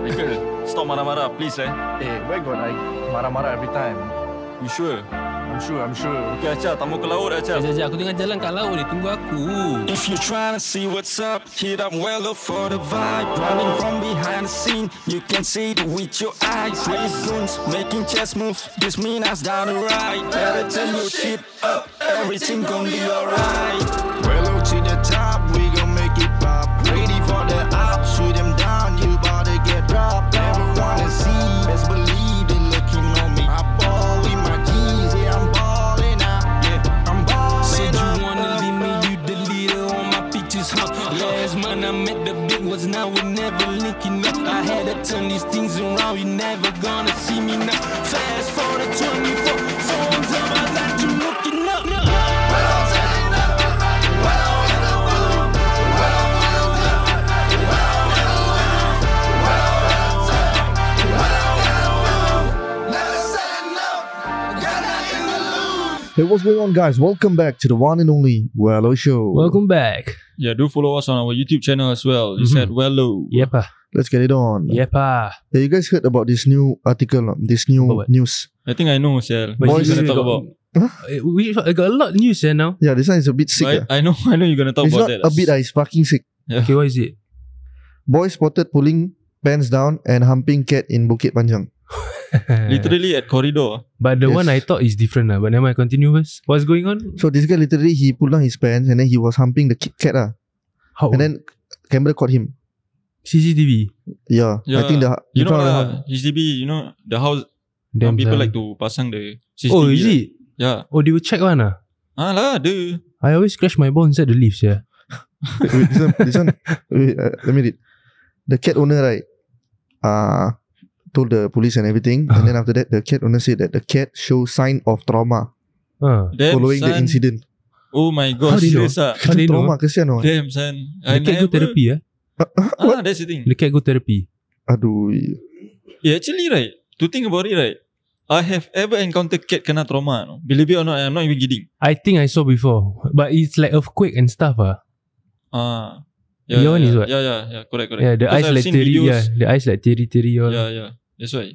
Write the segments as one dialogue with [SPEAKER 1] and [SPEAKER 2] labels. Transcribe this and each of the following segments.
[SPEAKER 1] Michael, stop marah-marah please eh.
[SPEAKER 2] Eh, where got I marah-marah every time?
[SPEAKER 1] You sure?
[SPEAKER 2] I'm sure, I'm sure.
[SPEAKER 1] Okay, Acha, tamu ke laut Acha.
[SPEAKER 3] Sekejap, sekejap. Aku tengah jalan kat laut ni. Tunggu aku.
[SPEAKER 4] If you're trying to see what's up, hit up well up for the vibe. Running from behind the scene, you can see it with your eyes. Raise goons, making chess moves. This mean us down the right. Better turn your shit up, everything gonna be alright. Well up to the top, we gon' make it pop. Ready for the op, shoot them down, you bout to get dropped. Never wanna see, best believe they looking on me. I ball in my jeans, yeah I'm ballin' out, yeah I'm ballin'
[SPEAKER 3] Said you
[SPEAKER 4] out.
[SPEAKER 3] wanna leave me, you the leader on my pictures, huh? Last month I met the big ones, now we're never linking up. I had to turn these things around, you never gonna see me now. Fast forward to 24, phones on my life, you looking up.
[SPEAKER 5] Hey, what's going on, guys? Welcome back to the one and only Wello Show.
[SPEAKER 3] Welcome back.
[SPEAKER 1] Yeah, do follow us on our YouTube channel as well. It's
[SPEAKER 3] Mhm.
[SPEAKER 1] at Wello.
[SPEAKER 3] Yep,
[SPEAKER 5] Let's get it on.
[SPEAKER 3] yep.
[SPEAKER 5] Hey, you guys heard about this new article, um, this new
[SPEAKER 3] About what?
[SPEAKER 5] news?
[SPEAKER 1] I think I know, Sel.
[SPEAKER 3] But
[SPEAKER 1] What
[SPEAKER 5] is
[SPEAKER 1] you gonna
[SPEAKER 5] it
[SPEAKER 1] talk
[SPEAKER 3] got-
[SPEAKER 1] about?
[SPEAKER 3] We got a lot news here now.
[SPEAKER 5] Yeah, this one is a bit sick.
[SPEAKER 1] I,
[SPEAKER 5] ah.
[SPEAKER 1] I know, I know you're gonna talk
[SPEAKER 5] It's
[SPEAKER 1] about
[SPEAKER 5] not
[SPEAKER 1] that.
[SPEAKER 5] a bit, ah, it's fucking sick.
[SPEAKER 3] Okay, what is it?
[SPEAKER 5] Boy spotted pulling pants down and humping cat in Bukit Panjang.
[SPEAKER 1] Literally at corridor.
[SPEAKER 3] But the
[SPEAKER 5] Yes.
[SPEAKER 3] one I thought is different lah. But never mind, continue first. What's going on?
[SPEAKER 5] So this guy literally he pulled down his pants and then he was humping the ki- cat ah.
[SPEAKER 1] Oh.
[SPEAKER 3] How?
[SPEAKER 5] And then camera caught him.
[SPEAKER 3] CCTV.
[SPEAKER 5] Yeah,
[SPEAKER 1] Yeah,
[SPEAKER 5] I think the
[SPEAKER 1] You
[SPEAKER 5] in
[SPEAKER 1] know uh,
[SPEAKER 5] front of the
[SPEAKER 1] lah, HDB, you know, the house,
[SPEAKER 3] Damn
[SPEAKER 1] people
[SPEAKER 3] son.
[SPEAKER 1] like to pasang the CCTV.
[SPEAKER 3] Oh, is
[SPEAKER 1] lah.
[SPEAKER 3] it?
[SPEAKER 1] Yeah.
[SPEAKER 3] Oh, they will check one ah.
[SPEAKER 1] Ah lah, the
[SPEAKER 3] I always crash my ball inside the leaves, yeah.
[SPEAKER 5] house. Wait, this one, this one. Wait, uh, let me read. The cat owner right, uh, told the police and everything, and then
[SPEAKER 3] Uh-huh.
[SPEAKER 5] after that the cat owner said that the cat shows sign of trauma
[SPEAKER 3] Huh.
[SPEAKER 1] damn
[SPEAKER 5] following
[SPEAKER 1] son.
[SPEAKER 5] the incident.
[SPEAKER 1] Oh my
[SPEAKER 3] How
[SPEAKER 1] god,
[SPEAKER 3] do you
[SPEAKER 1] serious ah.
[SPEAKER 3] How do you know?
[SPEAKER 5] Trauma, kesian oh.
[SPEAKER 1] Damn son. I
[SPEAKER 3] The cat go
[SPEAKER 1] never-
[SPEAKER 3] therapy, yeah.
[SPEAKER 1] Ah, that's the thing.
[SPEAKER 3] The cat go therapy.
[SPEAKER 5] Aduh,
[SPEAKER 1] Yeah, actually right, to think about it right, I have ever encountered cat kena trauma. No? Believe it or not, I'm not even kidding.
[SPEAKER 3] I think I saw before, but it's like earthquake and stuff. Ah,
[SPEAKER 1] Ah,
[SPEAKER 3] Your one
[SPEAKER 1] yeah,
[SPEAKER 3] is what?
[SPEAKER 1] Yeah, yeah, yeah, Ya, correct, correct.
[SPEAKER 3] yeah, the
[SPEAKER 1] Because
[SPEAKER 3] eyes
[SPEAKER 1] I've
[SPEAKER 3] like
[SPEAKER 1] seen
[SPEAKER 3] teary, yeah,
[SPEAKER 1] videos.
[SPEAKER 3] the eyes like teary, teary all.
[SPEAKER 1] yeah, yeah. That's why.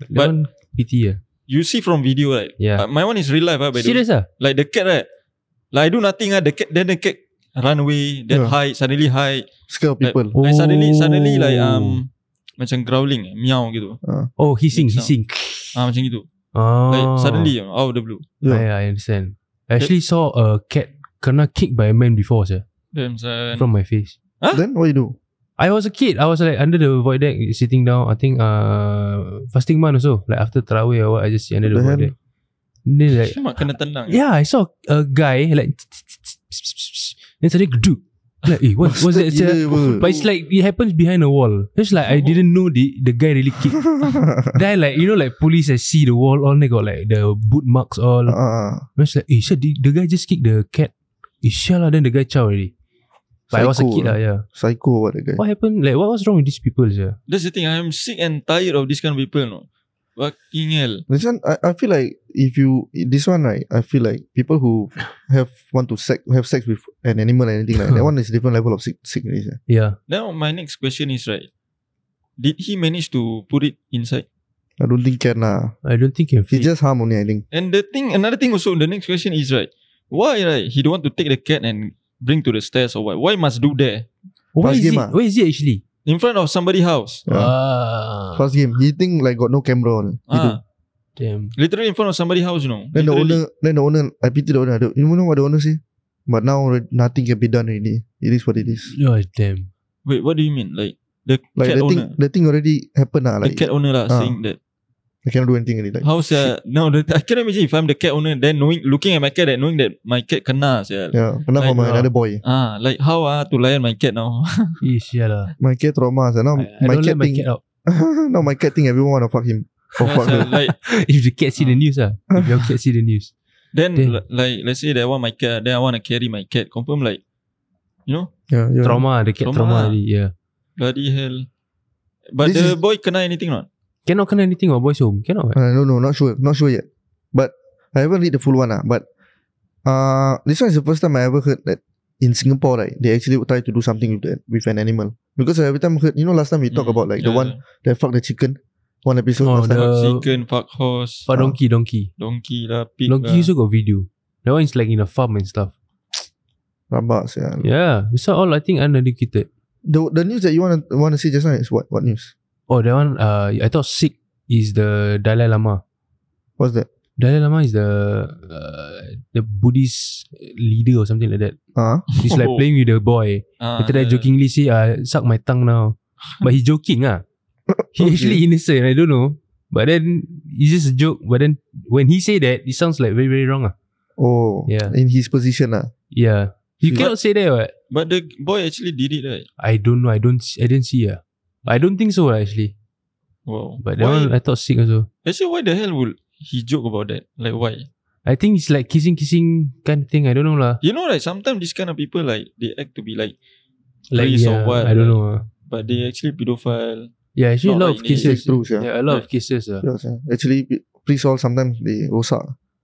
[SPEAKER 3] that
[SPEAKER 1] but-
[SPEAKER 3] one pity, yeah.
[SPEAKER 1] You see from video right.
[SPEAKER 3] yeah.
[SPEAKER 1] Uh, my one is real life ah, by the way.
[SPEAKER 3] Serious ah?
[SPEAKER 1] Like the cat right. Like I do nothing ah, the cat then the cat run away, then
[SPEAKER 5] Yeah.
[SPEAKER 1] hide, suddenly hide.
[SPEAKER 5] scare
[SPEAKER 1] Like-
[SPEAKER 5] people.
[SPEAKER 1] Like suddenly suddenly like
[SPEAKER 3] Oh.
[SPEAKER 1] um macam growling, eh, meow gitu.
[SPEAKER 3] Oh, hissing,
[SPEAKER 1] Big
[SPEAKER 3] hissing.
[SPEAKER 1] Ah macam gitu.
[SPEAKER 3] Oh,
[SPEAKER 1] Like suddenly you know, out of the blue.
[SPEAKER 3] Yeah,
[SPEAKER 5] Yeah.
[SPEAKER 3] yeah, I understand. I actually saw a cat kena kicked by a man before, sir,
[SPEAKER 1] Damn son.
[SPEAKER 3] from my face.
[SPEAKER 1] Huh?
[SPEAKER 5] Then what you do?
[SPEAKER 3] I was a kid. I was like under the void deck, sitting down. I think uh fasting month also. Like after Taraweh or what, I just sit under the,
[SPEAKER 5] The
[SPEAKER 3] void
[SPEAKER 5] hell?
[SPEAKER 3] deck. Then like
[SPEAKER 1] Siapa kena tendang.
[SPEAKER 3] yeah, I saw a guy like then suddenly geduk. Like eh, what was that? sia? But it's like it happens behind a wall. It's like I didn't know the the guy really kicked. then like you know like police I see the wall all they got like the boot marks all. I
[SPEAKER 5] uh,
[SPEAKER 3] was like eh, shit, the, the guy just kicked the cat. Eh, shit lah, then the guy chow already. But I was a
[SPEAKER 5] Psycho,
[SPEAKER 3] kid lah, yeah.
[SPEAKER 5] psycho what the guy.
[SPEAKER 3] What happened? Like what was wrong with these people, yeah?
[SPEAKER 1] That's the thing. I'm sick and tired of this kind of people. No, fucking hell.
[SPEAKER 5] This one, I, I feel like if you this one right, I feel like people who have want to sex have sex with an animal and anything like that one is different level of sick, sickness. eh.
[SPEAKER 3] Yeah.
[SPEAKER 1] Now my next question is right. Did he manage to put it inside?
[SPEAKER 5] I don't think can lah.
[SPEAKER 3] I don't think can
[SPEAKER 5] He
[SPEAKER 3] fit.
[SPEAKER 5] just harm only. I think.
[SPEAKER 1] And the thing, another thing also. The next question is right. Why right? He don't want to take the cat and bring to the stairs or what? Why must do there
[SPEAKER 3] Where
[SPEAKER 5] Fast
[SPEAKER 3] is,
[SPEAKER 5] game
[SPEAKER 3] it,
[SPEAKER 5] ah.
[SPEAKER 3] where is it actually?
[SPEAKER 1] in front of somebody's house?
[SPEAKER 5] Yeah.
[SPEAKER 3] Ah,
[SPEAKER 5] First game, he think like got no camera on. He do.
[SPEAKER 1] Ah,
[SPEAKER 3] damn.
[SPEAKER 1] literally in front of somebody's house. You know.
[SPEAKER 5] Then the
[SPEAKER 1] Literally.
[SPEAKER 5] owner, then the owner, I pity the owner. The- You know what the owner say? But now re- nothing can be done really. It is what it is.
[SPEAKER 3] Oh, damn.
[SPEAKER 1] Wait, what do you mean? Like the
[SPEAKER 5] Like
[SPEAKER 1] cat
[SPEAKER 5] the thing,
[SPEAKER 1] owner,
[SPEAKER 5] the thing already happened lah.
[SPEAKER 1] the
[SPEAKER 5] Like
[SPEAKER 1] cat owner lah
[SPEAKER 5] Ah.
[SPEAKER 1] saying that.
[SPEAKER 5] I cannot do anything really. Like
[SPEAKER 1] How sia? Now the, I cannot imagine if I'm the cat owner, then knowing, looking at my cat, and knowing that my cat kena sia.
[SPEAKER 5] yeah, enough
[SPEAKER 1] Like,
[SPEAKER 5] from
[SPEAKER 1] uh,
[SPEAKER 5] another boy.
[SPEAKER 1] Ah, like how ah to layan my cat now?
[SPEAKER 3] Ish, yeah Eh, lah.
[SPEAKER 5] My cat trauma. So now
[SPEAKER 3] I, I
[SPEAKER 5] my
[SPEAKER 3] don't
[SPEAKER 5] cat
[SPEAKER 3] let my
[SPEAKER 5] think
[SPEAKER 3] cat out.
[SPEAKER 5] now my cat think everyone wanna fuck him. Or
[SPEAKER 1] Yeah,
[SPEAKER 5] Oh, fuck
[SPEAKER 1] so,
[SPEAKER 5] her.
[SPEAKER 1] like
[SPEAKER 3] If the cat see the news ah, if your cat see the news,
[SPEAKER 1] then
[SPEAKER 3] Then-
[SPEAKER 1] li- like let's say that I want my cat, then I want to carry my cat. Confirm like, you know,
[SPEAKER 5] Yeah, yeah.
[SPEAKER 3] trauma the cat
[SPEAKER 1] Trauma ah.
[SPEAKER 3] trauma, already. Yeah.
[SPEAKER 1] bloody hell. But
[SPEAKER 5] This
[SPEAKER 1] the
[SPEAKER 5] is-
[SPEAKER 1] boy kena anything or not?
[SPEAKER 3] Cannot kena anything about boys home. Cannot. eh? Right?
[SPEAKER 5] Uh, no, no, not sure, not sure yet. But I haven't read the full one, ah. But uh, this one is the first time I ever heard that in Singapore, right? They actually would try to do something with that with an animal. Because every time heard, you know, last time we
[SPEAKER 1] Hmm.
[SPEAKER 5] talk about like the one that fucked the chicken, one episode
[SPEAKER 3] Oh,
[SPEAKER 5] last time.
[SPEAKER 3] the-
[SPEAKER 1] Chicken, fuck horse,
[SPEAKER 3] For donkey, donkey.
[SPEAKER 1] donkey lah, pig
[SPEAKER 3] Donkey
[SPEAKER 1] lah.
[SPEAKER 3] also got video. That one is like in a farm and stuff.
[SPEAKER 5] Rabaks, yeah.
[SPEAKER 1] Hmm.
[SPEAKER 3] Yeah. It's all I think uneducated.
[SPEAKER 5] The the news that you wanna wanna see just now is what? What news?
[SPEAKER 3] Oh, that one. Uh, I thought sick is the Dalai Lama.
[SPEAKER 5] What's that?
[SPEAKER 3] Dalai Lama is the uh, the Buddhist leader or something like that.
[SPEAKER 5] Uh,
[SPEAKER 3] He's like
[SPEAKER 1] Oh.
[SPEAKER 3] playing with the boy.
[SPEAKER 1] Ah,
[SPEAKER 3] After that,
[SPEAKER 1] yeah.
[SPEAKER 3] jokingly say, uh, "Suck my tongue now," but he's joking ah. He
[SPEAKER 5] Okay.
[SPEAKER 3] actually innocent. I don't know. But then it's just a joke. But then when he say that, it sounds like very very wrong ah.
[SPEAKER 5] oh,
[SPEAKER 3] Yeah.
[SPEAKER 5] In his position, lah.
[SPEAKER 3] Yeah, you
[SPEAKER 5] But-
[SPEAKER 3] cannot say that. What?
[SPEAKER 1] But the boy actually did it right.
[SPEAKER 3] I don't know. I don't. see- I didn't see ah. I don't think so ah, actually.
[SPEAKER 1] Wow.
[SPEAKER 3] But that
[SPEAKER 1] why,
[SPEAKER 3] one I thought sick also.
[SPEAKER 1] actually, why the hell would he joke about that? Like why?
[SPEAKER 3] I think it's like kissing kissing kind of thing. I don't know lah.
[SPEAKER 1] You know, like sometimes these kind of people like they act to be like,
[SPEAKER 3] Like
[SPEAKER 1] Police or
[SPEAKER 3] yeah,
[SPEAKER 1] what,
[SPEAKER 3] I don't
[SPEAKER 1] like-
[SPEAKER 3] know. ah.
[SPEAKER 1] but they actually pedophile.
[SPEAKER 3] Yeah,
[SPEAKER 1] Not
[SPEAKER 3] actually a lot
[SPEAKER 1] like
[SPEAKER 3] of
[SPEAKER 1] in Asia.
[SPEAKER 3] cases.
[SPEAKER 5] It's true, yeah.
[SPEAKER 3] Yeah, a lot of cases ah.
[SPEAKER 5] Yes, yeah. Actually, please all sometimes they rosak.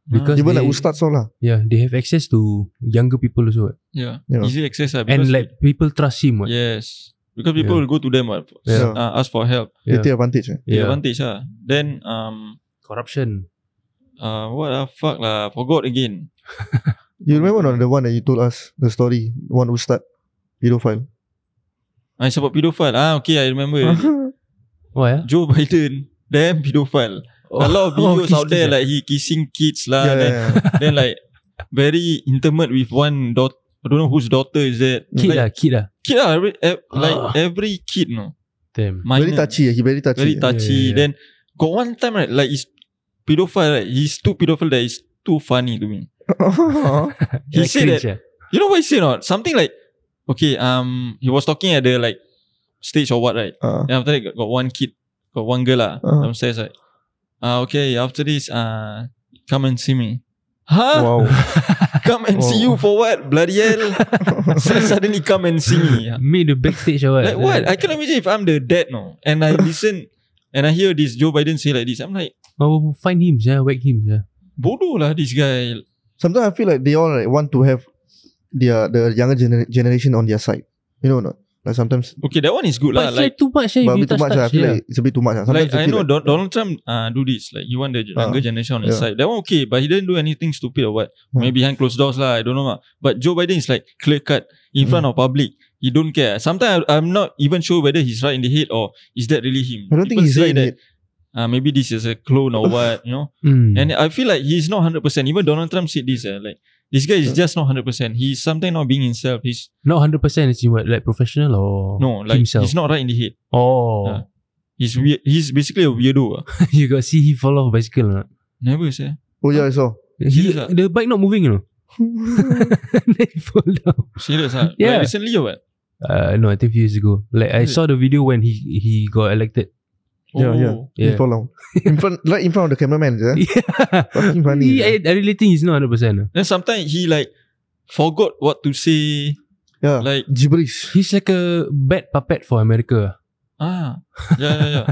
[SPEAKER 3] Because
[SPEAKER 5] Even
[SPEAKER 3] they,
[SPEAKER 5] like ustaz all lah.
[SPEAKER 3] yeah, they have access to younger people also. what.
[SPEAKER 1] Yeah.
[SPEAKER 5] Yeah.
[SPEAKER 1] Easy access lah.
[SPEAKER 3] And
[SPEAKER 1] because-
[SPEAKER 3] like people trust him. What.
[SPEAKER 1] yes, because people
[SPEAKER 3] Yeah.
[SPEAKER 1] will go to them what,
[SPEAKER 5] Yeah.
[SPEAKER 1] uh, ask for help.
[SPEAKER 5] They
[SPEAKER 3] Yeah.
[SPEAKER 5] take advantage. Eh.
[SPEAKER 1] The
[SPEAKER 3] Yeah.
[SPEAKER 1] advantage ah. Then um
[SPEAKER 3] Corruption.
[SPEAKER 1] uh what ah fuck lah forgot again.
[SPEAKER 5] You remember not the one that you told us the story? One ustaz, pedophile.
[SPEAKER 1] I sebab pedophile. Ah okay I remember. already.
[SPEAKER 3] Why? ah?
[SPEAKER 1] Joe Biden damn pedophile.
[SPEAKER 3] Oh, lah.
[SPEAKER 1] A lot of videos
[SPEAKER 3] kiss,
[SPEAKER 1] out there
[SPEAKER 3] kiss,
[SPEAKER 1] like he kissing kids lah.
[SPEAKER 5] yeah,
[SPEAKER 1] then,
[SPEAKER 5] yeah, yeah.
[SPEAKER 1] then like very intimate with one daughter. I don't know whose daughter is that.
[SPEAKER 3] ah. kid
[SPEAKER 1] like,
[SPEAKER 3] lah, kid lah.
[SPEAKER 1] kid lah. Every, ev- like
[SPEAKER 3] Ah.
[SPEAKER 1] every kid no.
[SPEAKER 3] Damn.
[SPEAKER 1] Minor,
[SPEAKER 5] Very touchy. eh, He very touchy.
[SPEAKER 1] Very
[SPEAKER 5] eh.
[SPEAKER 1] touchy.
[SPEAKER 3] Yeah, yeah, yeah.
[SPEAKER 1] Then got one time right like he's pedophile right. He's too pedophile that is too funny to me. He
[SPEAKER 3] Like
[SPEAKER 1] said
[SPEAKER 3] cringe,
[SPEAKER 1] that-
[SPEAKER 3] ah.
[SPEAKER 1] You know what he said or not? Something like, okay, um, he was talking at the like stage or what, right?
[SPEAKER 5] Ah,
[SPEAKER 1] Then after that got, got one kid, got one girl lah
[SPEAKER 5] Uh-huh.
[SPEAKER 1] downstairs, right? Uh, okay, after this, uh, come and see me. Huh?
[SPEAKER 5] wow.
[SPEAKER 1] Come and see you
[SPEAKER 5] Wow.
[SPEAKER 1] for what? Bloody hell! Sud- Suddenly come and see me.
[SPEAKER 3] Me the backstage or what?
[SPEAKER 1] Like what? I can imagine if I'm the dad, no, and I listen and I hear this Joe Biden say like this. I'm like,
[SPEAKER 3] Oh, find him, yeah, whack him, yeah.
[SPEAKER 1] bodoh lah this guy.
[SPEAKER 5] Sometimes I feel like they all like, want to have their the younger gener- generation on their side. You know or not? Like sometimes,
[SPEAKER 1] Okay, that one is good
[SPEAKER 3] But
[SPEAKER 1] lah.
[SPEAKER 3] it's
[SPEAKER 1] Like,
[SPEAKER 3] like too much, yeah.
[SPEAKER 5] but a
[SPEAKER 3] If you
[SPEAKER 5] bit too
[SPEAKER 3] touch,
[SPEAKER 5] much. ah, I
[SPEAKER 3] touch,
[SPEAKER 5] feel
[SPEAKER 3] yeah.
[SPEAKER 5] like it's a bit too much. ah. Sometimes
[SPEAKER 1] like I
[SPEAKER 5] feel
[SPEAKER 1] know
[SPEAKER 5] like, Ah,
[SPEAKER 1] Don- Donald Trump uh, do this. Like he want the younger generation on his
[SPEAKER 5] yeah.
[SPEAKER 1] side. That one okay, but he didn't do anything stupid or what.
[SPEAKER 5] Hmm.
[SPEAKER 1] Maybe behind closed doors lah. I don't know lah. But Joe Biden is like clear cut in
[SPEAKER 5] Hmm.
[SPEAKER 1] front of public. He don't care. Sometimes I- I'm not even sure whether he's right in the head or is that really him.
[SPEAKER 5] I don't think
[SPEAKER 1] People
[SPEAKER 5] he's
[SPEAKER 1] say
[SPEAKER 5] right. in
[SPEAKER 1] that,
[SPEAKER 5] it.
[SPEAKER 1] uh, maybe this is a clone or what, you know.
[SPEAKER 3] Mm.
[SPEAKER 1] And I feel like he's not hundred percent. Even Donald Trump said this. Uh, like this guy is
[SPEAKER 5] Yeah.
[SPEAKER 1] just not hundred percent. He's sometimes not being himself. He's
[SPEAKER 3] Not 100% is in what, like professional or
[SPEAKER 1] no like
[SPEAKER 3] himself?
[SPEAKER 1] he's not right in the head.
[SPEAKER 3] oh,
[SPEAKER 1] Yeah. He's weird. He's basically a weirdo. ah.
[SPEAKER 3] you got see he fall off bicycle or not?
[SPEAKER 1] Never say.
[SPEAKER 5] Oh yeah, I saw.
[SPEAKER 3] He,
[SPEAKER 1] Serious ah?
[SPEAKER 3] the bike not moving, you know. then he fall down.
[SPEAKER 1] Serious. ah.
[SPEAKER 3] Yeah.
[SPEAKER 1] Like recently or what?
[SPEAKER 3] Uh, no, I think few years ago. Like I
[SPEAKER 1] Is it?
[SPEAKER 3] saw the video when he he got elected.
[SPEAKER 5] Yeah, yeah.
[SPEAKER 1] Oh.
[SPEAKER 5] Yeah. He
[SPEAKER 3] Yeah.
[SPEAKER 5] fall down. in front, right in front of the cameraman. Yeah. Fucking funny. eh?
[SPEAKER 3] He-
[SPEAKER 5] yeah.
[SPEAKER 3] I, I really think he's not hundred percent.
[SPEAKER 1] Then sometimes he like forgot what to say.
[SPEAKER 5] Yeah.
[SPEAKER 1] Like
[SPEAKER 5] Gibberish.
[SPEAKER 3] He's like a bad puppet for America.
[SPEAKER 1] ah yeah yeah yeah.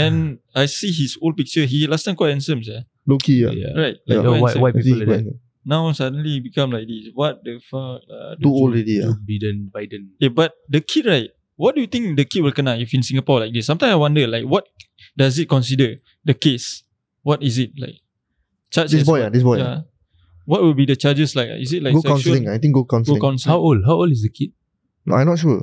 [SPEAKER 1] And I see his old picture. He last time quite handsome, yeah.
[SPEAKER 5] Low key. Yeah.
[SPEAKER 1] Right.
[SPEAKER 3] Like
[SPEAKER 1] quite
[SPEAKER 3] the white,
[SPEAKER 1] handsome.
[SPEAKER 5] I
[SPEAKER 3] white
[SPEAKER 5] think
[SPEAKER 3] people
[SPEAKER 5] he
[SPEAKER 3] like that.
[SPEAKER 5] quite-
[SPEAKER 1] Now suddenly become like this. What the fuck? Uh,
[SPEAKER 5] Too old already. Yeah.
[SPEAKER 3] Joe Biden, Biden.
[SPEAKER 1] Eh, but the kid right? What do you think the kid will kena if in Singapore like this? Sometimes I wonder like what does it consider the case? What is it like? Charges.
[SPEAKER 5] This boy. Yeah. This boy. Yeah.
[SPEAKER 1] Yeah. What will be the charges like? Is it like
[SPEAKER 5] Go
[SPEAKER 1] sexual?
[SPEAKER 5] counseling. I think go
[SPEAKER 1] Go
[SPEAKER 5] counseling.
[SPEAKER 3] How
[SPEAKER 1] counseling.
[SPEAKER 3] old? How old is the kid?
[SPEAKER 5] No, I'm not sure.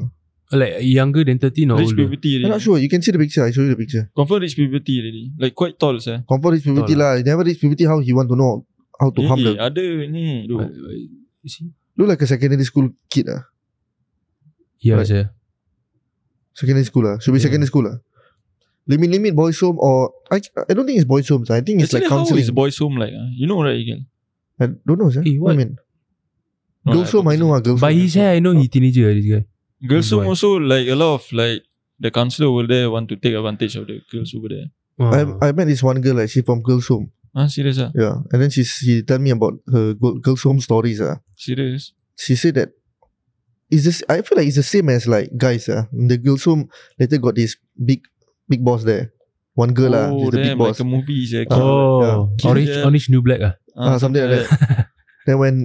[SPEAKER 3] Like younger than thirteen or
[SPEAKER 1] Rich
[SPEAKER 3] older?
[SPEAKER 1] puberty.
[SPEAKER 5] I'm not
[SPEAKER 1] already.
[SPEAKER 5] sure. You can see the picture. I show you the picture.
[SPEAKER 1] Confirm rich puberty already. Like quite tall, sir.
[SPEAKER 5] Confirm reach puberty
[SPEAKER 3] Betul
[SPEAKER 5] lah. He Never reach puberty, how he want to know how to
[SPEAKER 1] Eh,
[SPEAKER 5] harm
[SPEAKER 1] eh,
[SPEAKER 5] the
[SPEAKER 1] Ada ni tu.
[SPEAKER 3] Uh, uh, is he?
[SPEAKER 5] look like a secondary school kid ah.
[SPEAKER 3] Yeah,
[SPEAKER 5] Right.
[SPEAKER 3] yeah.
[SPEAKER 5] Secondary school lah. Should be
[SPEAKER 3] Yeah.
[SPEAKER 5] secondary school lah. Limit limit boys home or I I don't think it's boys home. I think it's
[SPEAKER 1] Actually,
[SPEAKER 5] like
[SPEAKER 1] how
[SPEAKER 5] counseling.
[SPEAKER 1] is boys home like? ah? You know right, Igal?
[SPEAKER 5] I don't know, sir.
[SPEAKER 3] Eh,
[SPEAKER 5] what I
[SPEAKER 3] what?
[SPEAKER 5] mean?
[SPEAKER 1] No,
[SPEAKER 5] girls home I know ah. Girls
[SPEAKER 3] By
[SPEAKER 5] home.
[SPEAKER 3] his hair, I know he teenager. This guy.
[SPEAKER 1] Girls home
[SPEAKER 3] Boy.
[SPEAKER 1] also like a lot of like the counselor over there want to take advantage of the girls over there.
[SPEAKER 5] I,
[SPEAKER 3] Oh.
[SPEAKER 5] I met this one girl like she from girls home.
[SPEAKER 1] Ah, serious ah?
[SPEAKER 5] Yeah, and then she she tell me about her girl- girls home stories ah.
[SPEAKER 1] Serious?
[SPEAKER 5] She said that is this I feel like it's the same as like guys ah. The girls home later got this big big boss there. One girl ah,
[SPEAKER 1] oh,
[SPEAKER 5] she's the big
[SPEAKER 1] damn,
[SPEAKER 5] boss.
[SPEAKER 1] like a movie. Yeah.
[SPEAKER 5] Ah,
[SPEAKER 3] oh,
[SPEAKER 5] yeah.
[SPEAKER 3] orange,
[SPEAKER 1] Yeah.
[SPEAKER 3] orange new black ah.
[SPEAKER 5] Ah, Uh, something like
[SPEAKER 1] that.
[SPEAKER 5] Then when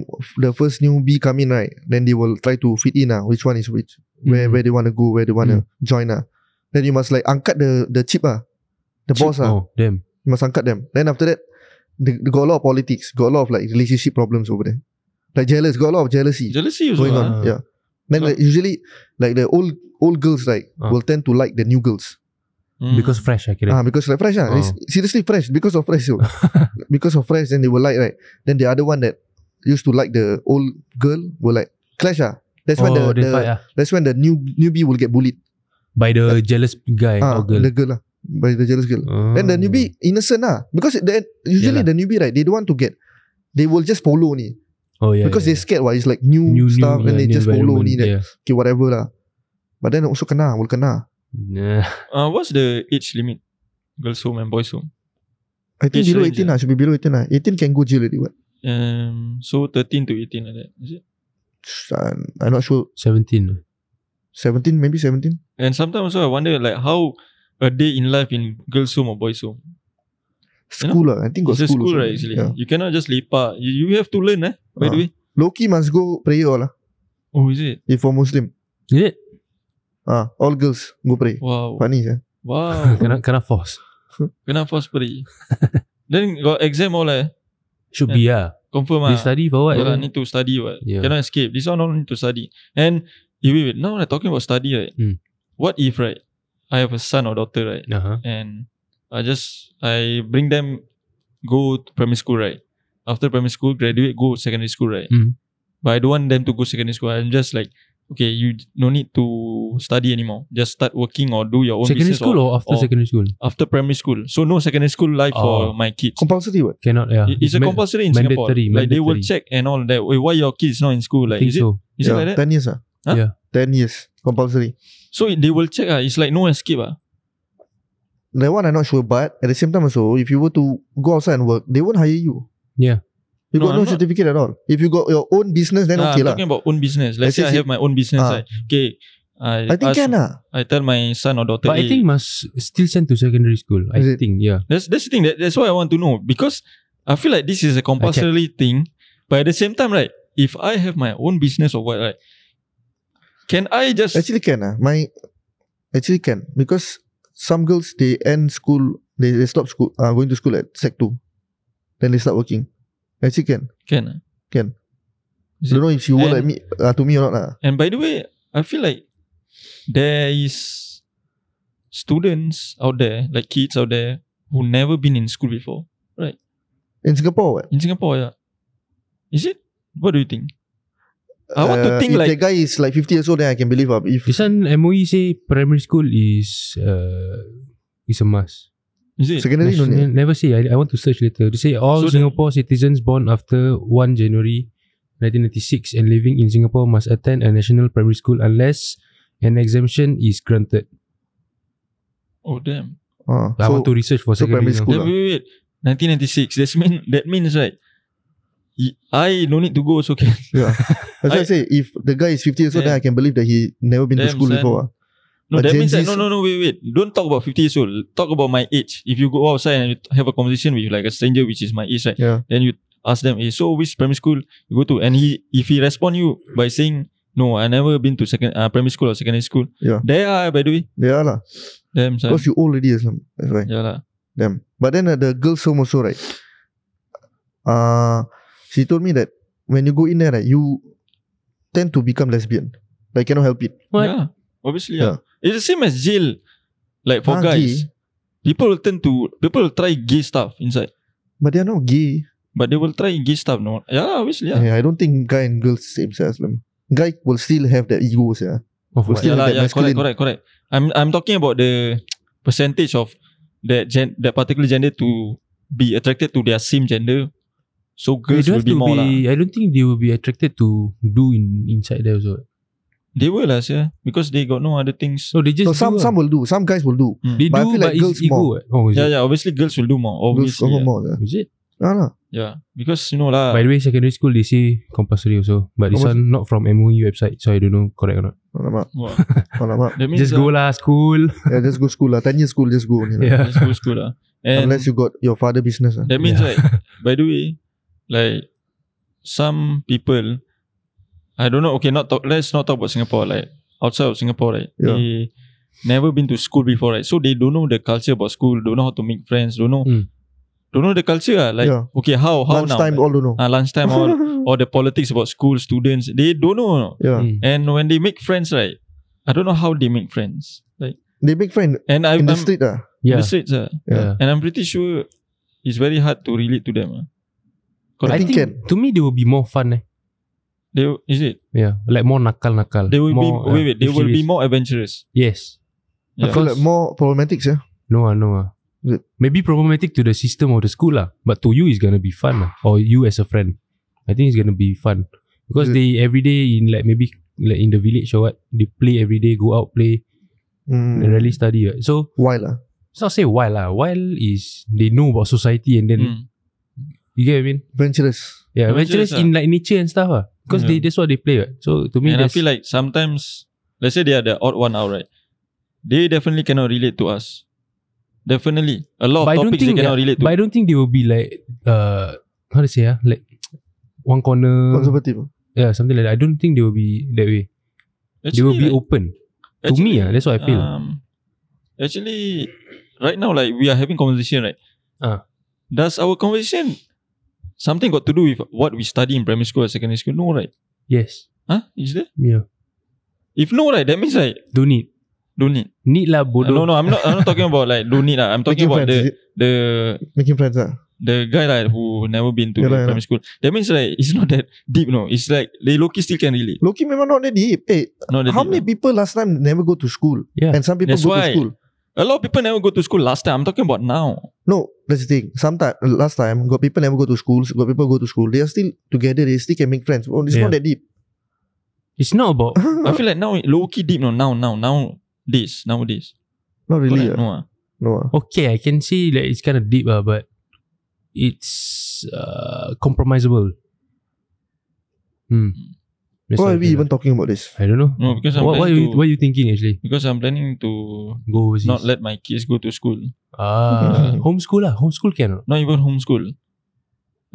[SPEAKER 5] the first newbie come in, right, then they will try to fit in, uh, which one is which, where
[SPEAKER 3] Mm.
[SPEAKER 5] where they want to go, where they want to join. Uh. Then you must like angkat the the chip, uh, the boss. Uh.
[SPEAKER 3] Oh, damn.
[SPEAKER 5] You must angkat them. Then after that, they, they got a lot of politics, got a lot of like relationship problems over there. Like jealous, got a lot of jealousy
[SPEAKER 1] Jealousy also.
[SPEAKER 5] going
[SPEAKER 1] ah.
[SPEAKER 5] on. uh, Yeah. Then like, usually like the old old girls like
[SPEAKER 3] Ah.
[SPEAKER 5] will tend to like the new girls.
[SPEAKER 1] Mm.
[SPEAKER 3] Because fresh akhirnya.
[SPEAKER 5] Ah, because like fresh ah.
[SPEAKER 3] Ah.
[SPEAKER 5] It's seriously fresh because of fresh. yo. because of fresh then they will like right. Then the other one that used to like the old girl will like clash ah. That's when
[SPEAKER 3] oh,
[SPEAKER 5] the,
[SPEAKER 3] they
[SPEAKER 5] the
[SPEAKER 3] fight ah.
[SPEAKER 5] that's when the new newbie will get bullied.
[SPEAKER 3] By the jealous guy
[SPEAKER 5] Ah,
[SPEAKER 3] or oh, girl.
[SPEAKER 5] the girl lah by the jealous girl.
[SPEAKER 3] oh.
[SPEAKER 5] Then the newbie innocent ah because the, usually the
[SPEAKER 3] Yalah.
[SPEAKER 5] newbie right they don't want to get they will just follow ni
[SPEAKER 3] Oh, yeah,
[SPEAKER 5] because
[SPEAKER 3] yeah.
[SPEAKER 5] they scared what it's like new,
[SPEAKER 3] new
[SPEAKER 5] stuff
[SPEAKER 3] new,
[SPEAKER 5] and
[SPEAKER 3] yeah,
[SPEAKER 5] they
[SPEAKER 3] new
[SPEAKER 5] just follow ni
[SPEAKER 3] environment,
[SPEAKER 5] that
[SPEAKER 3] yeah.
[SPEAKER 5] okay whatever lah. But then also kena will kena.
[SPEAKER 3] Nah.
[SPEAKER 1] Uh, what's the age limit? Girls home and boys home.
[SPEAKER 5] I think
[SPEAKER 1] Age
[SPEAKER 5] below
[SPEAKER 1] range,
[SPEAKER 5] 18 lah Should be below 18 lah 18 can go jail already what
[SPEAKER 1] Um, so 13 to 18 like that. Is it?
[SPEAKER 5] I'm, I'm not sure
[SPEAKER 3] 17
[SPEAKER 5] 17 maybe 17
[SPEAKER 1] And sometimes also I wonder like how a day in life in girls home or boys home.
[SPEAKER 5] School lah I think got
[SPEAKER 1] It's a
[SPEAKER 5] school
[SPEAKER 1] school,
[SPEAKER 5] also.
[SPEAKER 1] right? Actually,
[SPEAKER 5] yeah. Ah.
[SPEAKER 1] you cannot just lepak. You, you have to learn, eh? By the way.
[SPEAKER 5] Loki must go prayer all lah
[SPEAKER 1] Oh, is it?
[SPEAKER 5] If for Muslim
[SPEAKER 3] Is it?
[SPEAKER 5] ah, All girls go pray
[SPEAKER 1] Wow.
[SPEAKER 5] Funny eh? yeah. Oh.
[SPEAKER 1] Wow.
[SPEAKER 3] Kena, kena force
[SPEAKER 1] Kena force pergi. Then got exam all eh.
[SPEAKER 3] Should be ah.
[SPEAKER 1] Confirm
[SPEAKER 3] They
[SPEAKER 1] ah.
[SPEAKER 3] study for what?
[SPEAKER 1] Yeah, need to study what.
[SPEAKER 3] Yeah.
[SPEAKER 1] Cannot escape. This one all need to study. And you wait, wait. Now we're talking about study, right?
[SPEAKER 3] Hmm.
[SPEAKER 1] What if right? I have a son or daughter, right?
[SPEAKER 3] Uh-huh.
[SPEAKER 1] And I just I bring them go to primary school, right? After primary school, graduate, go secondary school, right?
[SPEAKER 3] Hmm.
[SPEAKER 1] But I don't want them to go secondary school. I'm just like, okay, you d- no need to study anymore. Just start working or do your own business
[SPEAKER 3] Secondary school
[SPEAKER 1] or
[SPEAKER 3] or after
[SPEAKER 1] or-
[SPEAKER 3] secondary school?
[SPEAKER 1] after primary school. So no secondary school life
[SPEAKER 3] Oh.
[SPEAKER 1] for my kids.
[SPEAKER 5] Compulsory what
[SPEAKER 3] Cannot yeah.
[SPEAKER 1] It- it's a
[SPEAKER 3] ma-
[SPEAKER 1] compulsory in Singapore.
[SPEAKER 3] mandatory,
[SPEAKER 1] Like they will
[SPEAKER 3] mandatory.
[SPEAKER 1] check and all that. Wait, why your kids not in school?
[SPEAKER 3] I
[SPEAKER 1] Like
[SPEAKER 3] think
[SPEAKER 1] is it
[SPEAKER 3] so.
[SPEAKER 1] is it
[SPEAKER 5] yeah,
[SPEAKER 1] like that?
[SPEAKER 5] 10 years ah.
[SPEAKER 1] Huh?
[SPEAKER 3] Yeah.
[SPEAKER 5] 10 years Compulsory
[SPEAKER 1] So it- they will check. Ah, it's like no escape. Ah,
[SPEAKER 5] That one I'm not sure But at the same time also If you were to Go outside and work They won't hire you
[SPEAKER 3] Yeah.
[SPEAKER 5] You
[SPEAKER 1] No,
[SPEAKER 5] got
[SPEAKER 1] I'm
[SPEAKER 5] no
[SPEAKER 1] not-
[SPEAKER 5] certificate at all If you got your own business Then
[SPEAKER 1] Ah,
[SPEAKER 5] okay
[SPEAKER 1] I'm
[SPEAKER 5] lah
[SPEAKER 1] talking about own business. Let's
[SPEAKER 5] Let's
[SPEAKER 1] say I
[SPEAKER 5] say-
[SPEAKER 1] have my own business.
[SPEAKER 5] Ah.
[SPEAKER 1] right? Okay. I,
[SPEAKER 5] I think
[SPEAKER 1] ask-
[SPEAKER 5] can ah. lah
[SPEAKER 1] I tell my son or daughter.
[SPEAKER 3] But I
[SPEAKER 1] "Eh,
[SPEAKER 3] think must still send to secondary school. I
[SPEAKER 5] Is it?
[SPEAKER 3] think yeah.
[SPEAKER 1] that's that's the thing. That, that's why I want to know because I feel like this is a compulsory thing. But at the same time, right? If I have my own business or what, right? Can I just
[SPEAKER 5] Actually can ah. My actually can because some girls they end school they, they stop school uh, going to school at sec two, then they start working. Actually can.
[SPEAKER 1] can? ah? Is
[SPEAKER 5] Don't know if she work like
[SPEAKER 1] And-
[SPEAKER 5] me uh, to me or not lah.
[SPEAKER 1] And by the way, I feel like there is students out there, like kids out there, who never been in school before
[SPEAKER 5] In Singapore, what?
[SPEAKER 1] in Singapore. Yeah, is it? What do you think? I want to
[SPEAKER 5] Uh,
[SPEAKER 1] think
[SPEAKER 5] if
[SPEAKER 1] like-
[SPEAKER 5] the guy is like fifty years old, then I can believe up. If
[SPEAKER 3] This one MOE say primary school is uh, is a must.
[SPEAKER 1] Is it?
[SPEAKER 5] secondary no
[SPEAKER 3] National-
[SPEAKER 5] need.
[SPEAKER 3] never say. I, I want to search later. They say all
[SPEAKER 1] So the-
[SPEAKER 3] Singapore citizens born after 1 January 1996 and living in Singapore must attend a national primary school unless an exemption is granted.
[SPEAKER 1] Oh damn!
[SPEAKER 5] Uh,
[SPEAKER 3] I
[SPEAKER 5] so
[SPEAKER 3] want to research for
[SPEAKER 5] so
[SPEAKER 3] secondary
[SPEAKER 5] primary
[SPEAKER 3] now.
[SPEAKER 5] Cool
[SPEAKER 1] Then
[SPEAKER 5] lah.
[SPEAKER 1] wait, wait, wait. 1996. That's mean that means right. y- I no need to go. So can
[SPEAKER 5] that's why I
[SPEAKER 1] I-
[SPEAKER 5] say if the guy is fifty years old, then I can believe that he never been to
[SPEAKER 1] Damn,
[SPEAKER 5] school
[SPEAKER 1] son.
[SPEAKER 5] before. ah.
[SPEAKER 1] no.
[SPEAKER 5] But
[SPEAKER 1] that
[SPEAKER 5] Gen
[SPEAKER 1] means that,
[SPEAKER 5] Zs-
[SPEAKER 1] no, no, no. Wait, wait. Don't talk about 50 years old. Talk about my age. If you go outside and you t- have a conversation with like a stranger, which is my age, right?
[SPEAKER 5] Yeah.
[SPEAKER 1] then you ask them, hey, so which primary school you go to? And he, if he respond you by saying, no, I never been to second uh, primary school or secondary school.
[SPEAKER 5] Yeah.
[SPEAKER 1] There are, by the way.
[SPEAKER 5] They are lah.
[SPEAKER 1] Damn, son.
[SPEAKER 5] Because you old already, Islam. That's why.
[SPEAKER 1] Yeah lah.
[SPEAKER 5] them. But then uh, the girls home also right. Uh, she told me that when you go in there, right, you tend to become lesbian. Like cannot help it.
[SPEAKER 3] What?
[SPEAKER 1] Yeah. Obviously, yeah. It's the same as jail. Like for
[SPEAKER 5] Ah,
[SPEAKER 1] guys,
[SPEAKER 5] gay.
[SPEAKER 1] people will tend to, people will try gay stuff inside.
[SPEAKER 5] But they are not gay.
[SPEAKER 1] But they will try gay stuff, no? Yeah, obviously, ya. yeah.
[SPEAKER 5] Eh, I don't think guy and girls same size. man. Guy will still have that ego, yeah.
[SPEAKER 3] Of
[SPEAKER 5] We'll
[SPEAKER 3] what?
[SPEAKER 5] see.
[SPEAKER 1] Yeah,
[SPEAKER 5] Still
[SPEAKER 1] lah,
[SPEAKER 5] that
[SPEAKER 1] yeah correct,
[SPEAKER 5] masculine.
[SPEAKER 1] correct, correct. I'm, I'm talking about the percentage of that gen- that particular gender to be attracted to their same gender. So
[SPEAKER 3] They
[SPEAKER 1] girls
[SPEAKER 3] don't
[SPEAKER 1] will
[SPEAKER 3] have
[SPEAKER 1] be
[SPEAKER 3] to
[SPEAKER 1] more lah.
[SPEAKER 3] be, I don't think they will be attracted to do in, inside there also.
[SPEAKER 1] They will lah, yeah, because they got no other things.
[SPEAKER 3] So they just
[SPEAKER 5] So some
[SPEAKER 1] ah.
[SPEAKER 3] do,
[SPEAKER 5] some will do. Some guys will do.
[SPEAKER 1] Mm.
[SPEAKER 3] they
[SPEAKER 5] but I
[SPEAKER 3] do
[SPEAKER 5] feel
[SPEAKER 3] but
[SPEAKER 5] like
[SPEAKER 3] it's
[SPEAKER 5] girls
[SPEAKER 3] ego.
[SPEAKER 5] more.
[SPEAKER 3] eh. Oh, is
[SPEAKER 1] yeah,
[SPEAKER 3] it?
[SPEAKER 1] yeah. Ya, Obviously, girls will do more.
[SPEAKER 5] Girls
[SPEAKER 1] Obviously,
[SPEAKER 5] confirm
[SPEAKER 1] yeah. Uh.
[SPEAKER 5] more. Yeah.
[SPEAKER 3] Is it?
[SPEAKER 5] No, no.
[SPEAKER 1] yeah. Because you know lah.
[SPEAKER 3] By the way, secondary school they say compulsory also, but this
[SPEAKER 5] Compulsory.
[SPEAKER 3] one not from MOE website, so I don't know correct or not.
[SPEAKER 5] Alamak,
[SPEAKER 1] Wah,
[SPEAKER 5] alamak.
[SPEAKER 1] that means uh,
[SPEAKER 3] Just go lah school.
[SPEAKER 5] yeah, just go school lah. 10 years school, just go only lah.
[SPEAKER 3] yeah.
[SPEAKER 1] Just go school lah. And
[SPEAKER 5] ah.
[SPEAKER 1] uh,
[SPEAKER 5] Unless you got your father business lah.
[SPEAKER 1] that means
[SPEAKER 3] Yeah.
[SPEAKER 1] like, by the way, like some people, I don't know. Okay, not talk, let's not talk about Singapore. Like outside of Singapore, right?
[SPEAKER 5] Yeah.
[SPEAKER 1] They never been to school before, right? So they don't know the culture about school. Don't know how to make friends. Don't know.
[SPEAKER 3] Mm.
[SPEAKER 1] Don't know the culture. ah. Like
[SPEAKER 5] Hmm. Yeah.
[SPEAKER 1] okay, how how
[SPEAKER 5] Lunchtime,
[SPEAKER 1] now?
[SPEAKER 5] all don't know.
[SPEAKER 1] Ah, lunchtime all or the politics about school students. They don't know.
[SPEAKER 5] yeah.
[SPEAKER 3] Mm.
[SPEAKER 1] And when they make friends, right? I don't know how they make friends. Like
[SPEAKER 5] They make friend
[SPEAKER 1] and I,
[SPEAKER 5] in
[SPEAKER 1] I'm
[SPEAKER 5] the street ah.
[SPEAKER 1] in
[SPEAKER 3] Yeah.
[SPEAKER 1] the streets, ah.
[SPEAKER 3] yeah.
[SPEAKER 1] and I'm pretty sure it's very hard to relate to them. ah.
[SPEAKER 5] I
[SPEAKER 3] I
[SPEAKER 5] think
[SPEAKER 3] think
[SPEAKER 5] can.
[SPEAKER 3] to me they will be more fun eh.
[SPEAKER 1] They is it?
[SPEAKER 3] Yeah, like more nakal-nakal.
[SPEAKER 1] They will
[SPEAKER 3] more,
[SPEAKER 1] be wait wait. They will be
[SPEAKER 3] mischievous.
[SPEAKER 1] more adventurous.
[SPEAKER 3] Yes.
[SPEAKER 1] Yeah.
[SPEAKER 5] I feel like more problematic yeah.
[SPEAKER 3] No, ah, no. ah.
[SPEAKER 5] The-
[SPEAKER 3] Maybe problematic to the system of the school lah, but to you it's gonna be fun lah, or you as a friend. I think it's gonna be fun because
[SPEAKER 5] The-
[SPEAKER 3] they every day in like maybe like in the village or what they play every day, go out play, they
[SPEAKER 5] Mm.
[SPEAKER 3] rarely study. Right? So
[SPEAKER 5] Why lah?
[SPEAKER 3] it's not say wild lah. Wild is they know about society and then
[SPEAKER 1] Mm.
[SPEAKER 3] you get what I mean.
[SPEAKER 5] Adventurous.
[SPEAKER 3] Yeah,
[SPEAKER 1] Adventurous
[SPEAKER 3] adventurous in like nature and stuff lah. Because
[SPEAKER 1] ah. Yeah.
[SPEAKER 3] they that's what they play. Right? So to me,
[SPEAKER 1] And I
[SPEAKER 3] that's,
[SPEAKER 1] feel like sometimes, let's say they are the odd one out, right? They definitely cannot relate to us. Definitely, a lot of
[SPEAKER 3] but I don't
[SPEAKER 1] topics they
[SPEAKER 3] think.
[SPEAKER 1] cannot
[SPEAKER 3] yeah,
[SPEAKER 1] relate to.
[SPEAKER 3] but I don't think they will be like uh how to say ah like one corner
[SPEAKER 1] Hmm.
[SPEAKER 5] Conservative.
[SPEAKER 3] yeah something like that. I don't think they will be that way. they will be
[SPEAKER 1] like,
[SPEAKER 3] open. to
[SPEAKER 1] actually,
[SPEAKER 3] me, ah, that's what I feel.
[SPEAKER 1] Um, actually, right now, like we are having conversation, right?
[SPEAKER 3] Ah.
[SPEAKER 1] Does our conversation something got to do with what we study in primary school or secondary school? No, right?
[SPEAKER 3] Yes.
[SPEAKER 1] Huh? Is there?
[SPEAKER 3] Yeah.
[SPEAKER 1] If no, right, that means like
[SPEAKER 3] Don't need.
[SPEAKER 1] don't need.
[SPEAKER 3] Need lah
[SPEAKER 1] Uh,
[SPEAKER 3] bodoh.
[SPEAKER 1] no, no, I'm not. I'm not talking about like don't need. Lah. I'm talking
[SPEAKER 5] Making
[SPEAKER 1] about
[SPEAKER 5] friends. is
[SPEAKER 1] the
[SPEAKER 5] it?
[SPEAKER 1] the
[SPEAKER 5] Making friends ah.
[SPEAKER 1] the guy like who never been to the
[SPEAKER 5] Yeah lah, yeah
[SPEAKER 1] primary school. That means like it's not that deep, no. It's like they Loki still can relate.
[SPEAKER 5] Loki memang not that deep. Eh,
[SPEAKER 1] Not that
[SPEAKER 5] how
[SPEAKER 1] deep,
[SPEAKER 5] many
[SPEAKER 1] lah.
[SPEAKER 5] people last time never go to school?
[SPEAKER 3] Yeah.
[SPEAKER 5] And some people
[SPEAKER 1] That's
[SPEAKER 5] go
[SPEAKER 1] why.
[SPEAKER 5] to school.
[SPEAKER 1] A lot of people never go to school last time. I'm talking about now.
[SPEAKER 5] No, that's the thing. Sometimes last time got people never go to schools, got people go to school. They are still together. They still can make friends. Oh, it's not that deep.
[SPEAKER 3] It's not about
[SPEAKER 1] I feel like now Loki deep, no. Now, now, now. This nowadays.
[SPEAKER 5] Not really.
[SPEAKER 1] Correct,
[SPEAKER 5] ah.
[SPEAKER 1] no. ah.
[SPEAKER 5] No. ah.
[SPEAKER 3] okay. I can say like it's kind of deep lah, but it's uh, compromisable. Hmm. That's
[SPEAKER 5] Why are
[SPEAKER 3] what I
[SPEAKER 5] we
[SPEAKER 3] feel
[SPEAKER 5] even talking about this?
[SPEAKER 3] lah. I don't know.
[SPEAKER 1] No, because I'm
[SPEAKER 3] what, what, are
[SPEAKER 1] planning
[SPEAKER 3] you,
[SPEAKER 1] to,
[SPEAKER 3] what are you thinking actually?
[SPEAKER 1] because I'm planning to
[SPEAKER 3] Go overseas.
[SPEAKER 1] not let my kids go to school.
[SPEAKER 3] ah, homeschool lah. Homeschool can. or not?
[SPEAKER 1] Not even homeschool.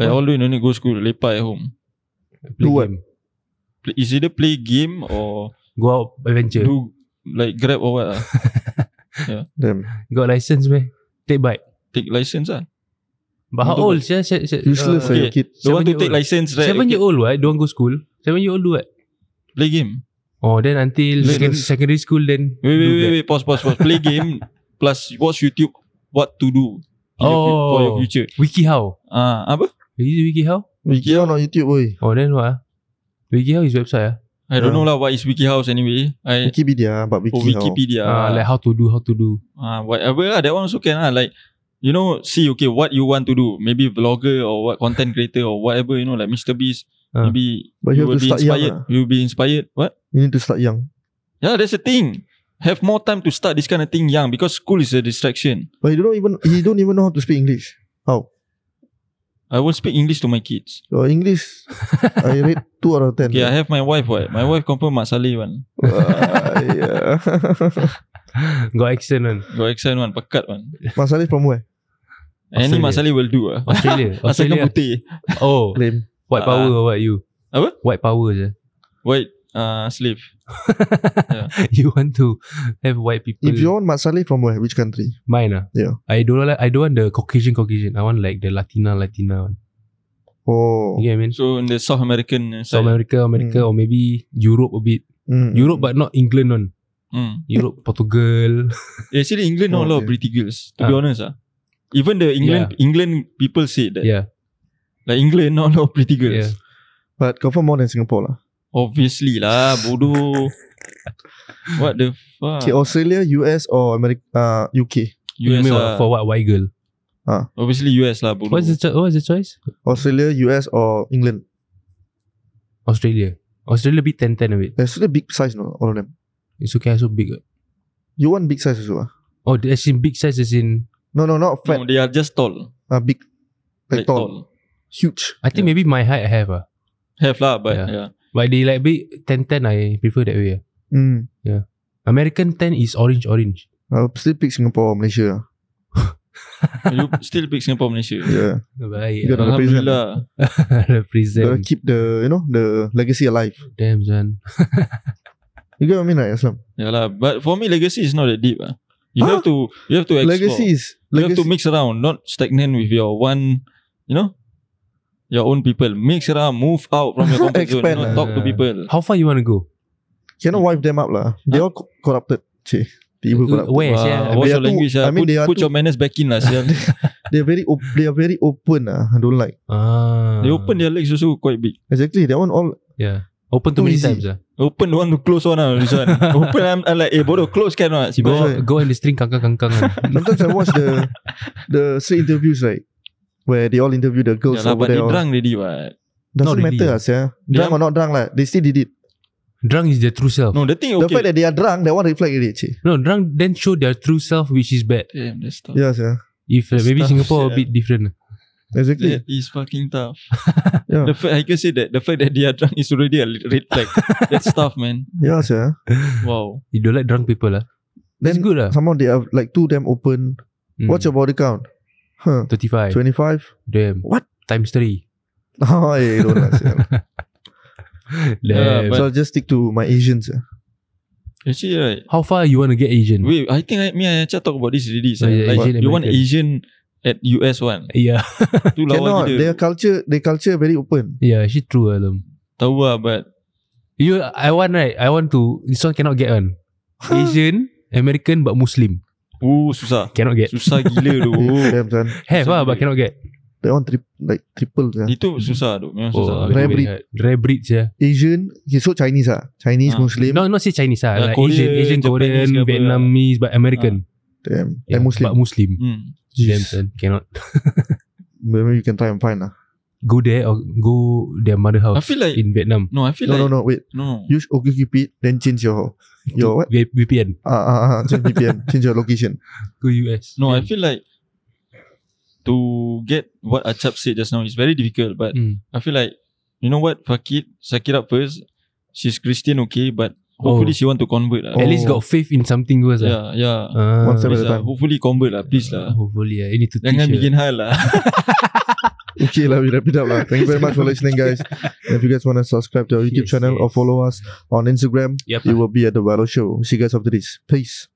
[SPEAKER 1] Like all the way no need go school. Lepak at home.
[SPEAKER 3] Play
[SPEAKER 5] Do what?
[SPEAKER 3] game.
[SPEAKER 1] Play, it's either play game or
[SPEAKER 3] Go out adventure.
[SPEAKER 1] do like grab or what. ah.
[SPEAKER 5] Damn.
[SPEAKER 3] Got license meh? Take bike.
[SPEAKER 1] Take license ah.
[SPEAKER 3] But how
[SPEAKER 1] Motorbike.
[SPEAKER 3] old? Sia, sia, sia,
[SPEAKER 5] Useless
[SPEAKER 1] Uh, okay.
[SPEAKER 5] okay. kid.
[SPEAKER 1] Don't want to take
[SPEAKER 3] uh, Seven year old.
[SPEAKER 1] license right?
[SPEAKER 3] Seven
[SPEAKER 1] okay.
[SPEAKER 3] year old what? Don't go school. Seven year old do what?
[SPEAKER 1] Play game.
[SPEAKER 3] Oh, then until
[SPEAKER 5] Useless.
[SPEAKER 3] secondary, secondary school then.
[SPEAKER 1] Wait,
[SPEAKER 3] do
[SPEAKER 1] wait, wait,
[SPEAKER 3] that.
[SPEAKER 1] wait. Pause, pause, pause. Play game plus watch YouTube. What to do in your fu- for your
[SPEAKER 3] Oh,
[SPEAKER 1] future?
[SPEAKER 3] Wiki How.
[SPEAKER 1] Ah, uh, apa?
[SPEAKER 3] Is it Wiki How?
[SPEAKER 5] Wiki on YouTube, boy.
[SPEAKER 3] Oh, then what? ah? Wiki How is website ah.
[SPEAKER 1] I don't
[SPEAKER 5] Yeah.
[SPEAKER 1] know lah. What is Wiki House anyway? I
[SPEAKER 5] Wikipedia, but
[SPEAKER 1] oh,
[SPEAKER 5] Wiki how?
[SPEAKER 1] Wikipedia.
[SPEAKER 3] Uh, like how to do, how to do.
[SPEAKER 1] Ah, whatever lah. That one also can lah. Like, you know, see, okay, what you want to do. Maybe vlogger or what content creator or whatever, you know, like Mr. Beast.
[SPEAKER 3] Ah.
[SPEAKER 1] Maybe
[SPEAKER 5] But you have
[SPEAKER 1] will
[SPEAKER 5] to
[SPEAKER 1] be
[SPEAKER 5] start young
[SPEAKER 1] inspired.
[SPEAKER 5] lah.
[SPEAKER 1] You'll be inspired. What?
[SPEAKER 5] You need to start young.
[SPEAKER 1] Yeah, that's the thing. Have more time to start this kind of thing young because school is a distraction.
[SPEAKER 5] But he don't even he don't even know how to speak English. How?
[SPEAKER 1] I won't speak English to my kids.
[SPEAKER 5] Your English, I rate two out of ten.
[SPEAKER 1] Okay, I have my wife. What? My wife confirm Mak Saleh one.
[SPEAKER 5] Uh, yeah.
[SPEAKER 3] Got accent kan.
[SPEAKER 1] Got accent one, pekat one.
[SPEAKER 5] Masalah from where?
[SPEAKER 1] Any
[SPEAKER 3] Australia.
[SPEAKER 1] Mak Saleh will do ah.
[SPEAKER 3] Australia.
[SPEAKER 1] Asalkan
[SPEAKER 3] Australia.
[SPEAKER 1] putih.
[SPEAKER 3] Oh,
[SPEAKER 5] Claim.
[SPEAKER 1] Ah.
[SPEAKER 3] white power or what you?
[SPEAKER 1] Apa?
[SPEAKER 3] White power je.
[SPEAKER 1] White uh, slave.
[SPEAKER 3] you want to have white people.
[SPEAKER 5] If you want Masalah from where? Which country?
[SPEAKER 3] Mine ah.
[SPEAKER 5] Yeah.
[SPEAKER 3] I don't like. I don't want the Caucasian Caucasian. I want like the Latina Latina one.
[SPEAKER 5] Oh.
[SPEAKER 3] You get what I mean?
[SPEAKER 1] So in the South American side.
[SPEAKER 3] South America, America,
[SPEAKER 5] Hmm.
[SPEAKER 3] or maybe Europe a bit.
[SPEAKER 5] Mm.
[SPEAKER 3] Europe, but not England on.
[SPEAKER 1] Hmm. Eh,
[SPEAKER 3] Europe, Portugal.
[SPEAKER 1] Actually, England not a
[SPEAKER 5] Oh,
[SPEAKER 1] lot of
[SPEAKER 5] okay.
[SPEAKER 1] pretty girls. To
[SPEAKER 3] Ah.
[SPEAKER 1] be honest, ah, even the England England people say that.
[SPEAKER 3] yeah,
[SPEAKER 1] Like England not a lot of pretty girls.
[SPEAKER 3] yeah.
[SPEAKER 5] But confirm more than Singapore lah.
[SPEAKER 1] Obviously lah, bodoh. what the fuck?
[SPEAKER 5] Okay, oh, Australia, US or America, uh, UK.
[SPEAKER 3] You
[SPEAKER 1] US
[SPEAKER 3] mean
[SPEAKER 1] lah.
[SPEAKER 3] for what white girl?
[SPEAKER 1] Obviously US lah, bodoh.
[SPEAKER 3] What's the cho- what's the choice?
[SPEAKER 5] Australia, US or England.
[SPEAKER 3] Australia. Australia bit 10 10 a bit.
[SPEAKER 5] There's still a big size, no, all of them.
[SPEAKER 3] It's okay, I so big. what.
[SPEAKER 5] You want big size also? Ah?
[SPEAKER 3] Oh, the- as in big size as in
[SPEAKER 5] No, no, not
[SPEAKER 1] no,
[SPEAKER 5] fat.
[SPEAKER 1] they are just tall.
[SPEAKER 5] Uh, big.
[SPEAKER 1] Like
[SPEAKER 5] Like, tall.
[SPEAKER 1] tall.
[SPEAKER 5] Huge.
[SPEAKER 3] I think maybe my height I have ah.
[SPEAKER 1] Have lah, but yeah.
[SPEAKER 3] Yeah. But they like big 10 10 I prefer that way. ah.
[SPEAKER 5] Mm.
[SPEAKER 3] American 10 is orange orange.
[SPEAKER 5] I'll still pick Singapore or Malaysia. ah.
[SPEAKER 1] you still pick Singapore Malaysia.
[SPEAKER 5] Yeah.
[SPEAKER 3] Baik.
[SPEAKER 5] You gotta represent.
[SPEAKER 1] Alhamdulillah.
[SPEAKER 5] Gotta
[SPEAKER 3] Represent.
[SPEAKER 5] keep the, you know, the legacy alive.
[SPEAKER 3] Damn, son.
[SPEAKER 5] You get what I mean, right, Aslam?
[SPEAKER 1] Yeah lah. But for me, legacy is not that deep. Ah, You have to you have to explore.
[SPEAKER 5] Legacy is
[SPEAKER 1] you have
[SPEAKER 5] legacy.
[SPEAKER 1] to mix around, not stagnant with your one, you know, your own people. Mix around, move out from your comfort zone. You
[SPEAKER 5] Expand
[SPEAKER 1] know,
[SPEAKER 3] lah.
[SPEAKER 1] talk to people.
[SPEAKER 3] How far you want to go?
[SPEAKER 5] Cannot wipe them up lah. They all co- corrupted. Cik. Tiba corrupted.
[SPEAKER 3] Where?
[SPEAKER 1] Wah,
[SPEAKER 3] sia?
[SPEAKER 1] What's
[SPEAKER 5] They
[SPEAKER 1] your
[SPEAKER 5] are too-
[SPEAKER 1] language?
[SPEAKER 5] I
[SPEAKER 1] ah?
[SPEAKER 5] mean,
[SPEAKER 1] put
[SPEAKER 5] they are
[SPEAKER 1] put
[SPEAKER 5] too-
[SPEAKER 1] your manners back in lah. sia.
[SPEAKER 5] They are very op- they are very open lah. I don't like.
[SPEAKER 3] Ah.
[SPEAKER 1] they open their legs also quite big.
[SPEAKER 5] Exactly. That one all
[SPEAKER 3] Yeah. Open too
[SPEAKER 5] Too
[SPEAKER 3] many
[SPEAKER 5] easy.
[SPEAKER 3] times. ah.
[SPEAKER 1] Open don't want to close one lah. This one. Open I'm, I'm like, eh bodoh close can or not? Si
[SPEAKER 3] Go
[SPEAKER 1] bodoh.
[SPEAKER 5] That's right.
[SPEAKER 3] go and string kangkang-kangkang. ah.
[SPEAKER 5] sometimes I watch the the straight interviews right where they all interview the girls
[SPEAKER 1] Yeah lah,
[SPEAKER 5] over
[SPEAKER 1] but they
[SPEAKER 5] there. oh. all.
[SPEAKER 1] drunk already what.
[SPEAKER 5] Doesn't
[SPEAKER 3] Not really,
[SPEAKER 5] matter lah, sia. Drunk
[SPEAKER 1] Yeah.
[SPEAKER 5] or not drunk lah. They still did it.
[SPEAKER 3] drunk is their true self. No,
[SPEAKER 1] No, the thing
[SPEAKER 5] The fact
[SPEAKER 1] okay.
[SPEAKER 5] that they are drunk, that one reflect already. Cik.
[SPEAKER 3] drunk then show their true self, which is bad.
[SPEAKER 1] Damn, that's tough.
[SPEAKER 5] Yeah, sia.
[SPEAKER 3] If uh, maybe
[SPEAKER 1] Stuff,
[SPEAKER 3] Singapore a
[SPEAKER 1] sia.
[SPEAKER 3] bit different.
[SPEAKER 5] Exactly.
[SPEAKER 1] That is fucking tough.
[SPEAKER 5] Yeah.
[SPEAKER 1] The fact I can say that the fact that they are drunk is already a red flag. That's tough, man.
[SPEAKER 5] Yeah, sia.
[SPEAKER 1] Wow.
[SPEAKER 3] You don't like drunk people, lah. That's
[SPEAKER 5] Then
[SPEAKER 3] good, lah.
[SPEAKER 5] somehow they are like too damn open.
[SPEAKER 1] Hmm.
[SPEAKER 3] Mm.
[SPEAKER 5] What's your body count? Huh.
[SPEAKER 3] 35?
[SPEAKER 5] 25?
[SPEAKER 3] Hmm. Damn.
[SPEAKER 5] What?
[SPEAKER 3] Times three.
[SPEAKER 5] Oh, eh, don't lah, sia.
[SPEAKER 3] Damn.
[SPEAKER 1] Yeah, but-
[SPEAKER 5] So I'll just stick to my Asians. ah. sia.
[SPEAKER 1] Actually, right.
[SPEAKER 3] How far you want to get Asian?
[SPEAKER 1] Wait, I think I, me and Acha talk about this already.
[SPEAKER 3] Oh,
[SPEAKER 1] sia.
[SPEAKER 3] yeah,
[SPEAKER 1] like,
[SPEAKER 3] Asian
[SPEAKER 1] you want
[SPEAKER 3] American.
[SPEAKER 1] Asian at US one.
[SPEAKER 3] Yeah.
[SPEAKER 1] Tu lawa
[SPEAKER 5] Cannot. Their
[SPEAKER 1] gila.
[SPEAKER 5] culture, their culture very open.
[SPEAKER 3] Yeah, actually true, Alam.
[SPEAKER 1] Tahu lah, but
[SPEAKER 3] You, I want, right? I want to, this one cannot get one. Asian, American, but Muslim.
[SPEAKER 1] oh, susah.
[SPEAKER 3] Cannot get.
[SPEAKER 1] Susah gila tu.
[SPEAKER 5] Damn, son.
[SPEAKER 3] Have
[SPEAKER 1] Susah
[SPEAKER 3] lah,
[SPEAKER 1] gila.
[SPEAKER 3] but cannot get.
[SPEAKER 5] That one tri- like triple. sia.
[SPEAKER 1] Itu susah tu. Memang susah.
[SPEAKER 3] Oh,
[SPEAKER 5] Rare
[SPEAKER 3] very
[SPEAKER 5] breed.
[SPEAKER 3] hard. Rare breed, yeah.
[SPEAKER 5] Asian, okay, so Chinese ah, Chinese
[SPEAKER 1] Ah.
[SPEAKER 5] Muslim,
[SPEAKER 3] No, not say Chinese
[SPEAKER 1] Yeah,
[SPEAKER 3] lah. Like
[SPEAKER 1] Korea,
[SPEAKER 3] Asian, Asian, Korean,
[SPEAKER 1] Japanese ke apa lah.
[SPEAKER 3] Vietnamese, but American.
[SPEAKER 5] damn,
[SPEAKER 3] Yeah,
[SPEAKER 5] and Muslim.
[SPEAKER 3] But Muslim.
[SPEAKER 1] Hmm.
[SPEAKER 3] Damn son, cannot.
[SPEAKER 5] Maybe you can try and find lah.
[SPEAKER 3] Go there or go their mother
[SPEAKER 1] I
[SPEAKER 3] house
[SPEAKER 1] feel like
[SPEAKER 3] in Vietnam.
[SPEAKER 1] no, I feel
[SPEAKER 5] No,
[SPEAKER 1] like
[SPEAKER 5] no, no. Wait,
[SPEAKER 1] no.
[SPEAKER 5] use OkCupid, then change your your what?
[SPEAKER 3] V- VPN.
[SPEAKER 5] Ah, ah, ah, change VPN, change your location.
[SPEAKER 3] Go US.
[SPEAKER 1] No, I feel like to get what Achap said just now is very difficult. But
[SPEAKER 3] Mm.
[SPEAKER 1] I feel like you know what, fuck it, suck it up first. She's Christian, okay, but hopefully
[SPEAKER 3] Oh.
[SPEAKER 1] she want to convert lah.
[SPEAKER 5] Oh.
[SPEAKER 3] At least got faith in something first.
[SPEAKER 1] Yeah,
[SPEAKER 3] lah.
[SPEAKER 1] yeah.
[SPEAKER 3] Ah,
[SPEAKER 5] One step at
[SPEAKER 1] Please
[SPEAKER 5] a
[SPEAKER 1] lah,
[SPEAKER 5] time.
[SPEAKER 1] hopefully convert lah, please lah.
[SPEAKER 3] Hopefully, yeah. You need to
[SPEAKER 1] Jangan
[SPEAKER 3] teach
[SPEAKER 1] bikin hal lah.
[SPEAKER 5] Okay lah, we wrap it up lah. Thank you very much for listening, guys. If you guys want to subscribe to our YouTube
[SPEAKER 3] Yes, Ah.
[SPEAKER 5] channel or
[SPEAKER 3] yes.
[SPEAKER 5] follow us on Instagram,
[SPEAKER 3] Yep.
[SPEAKER 5] it will be at the Viral Show. See you guys after this. Peace.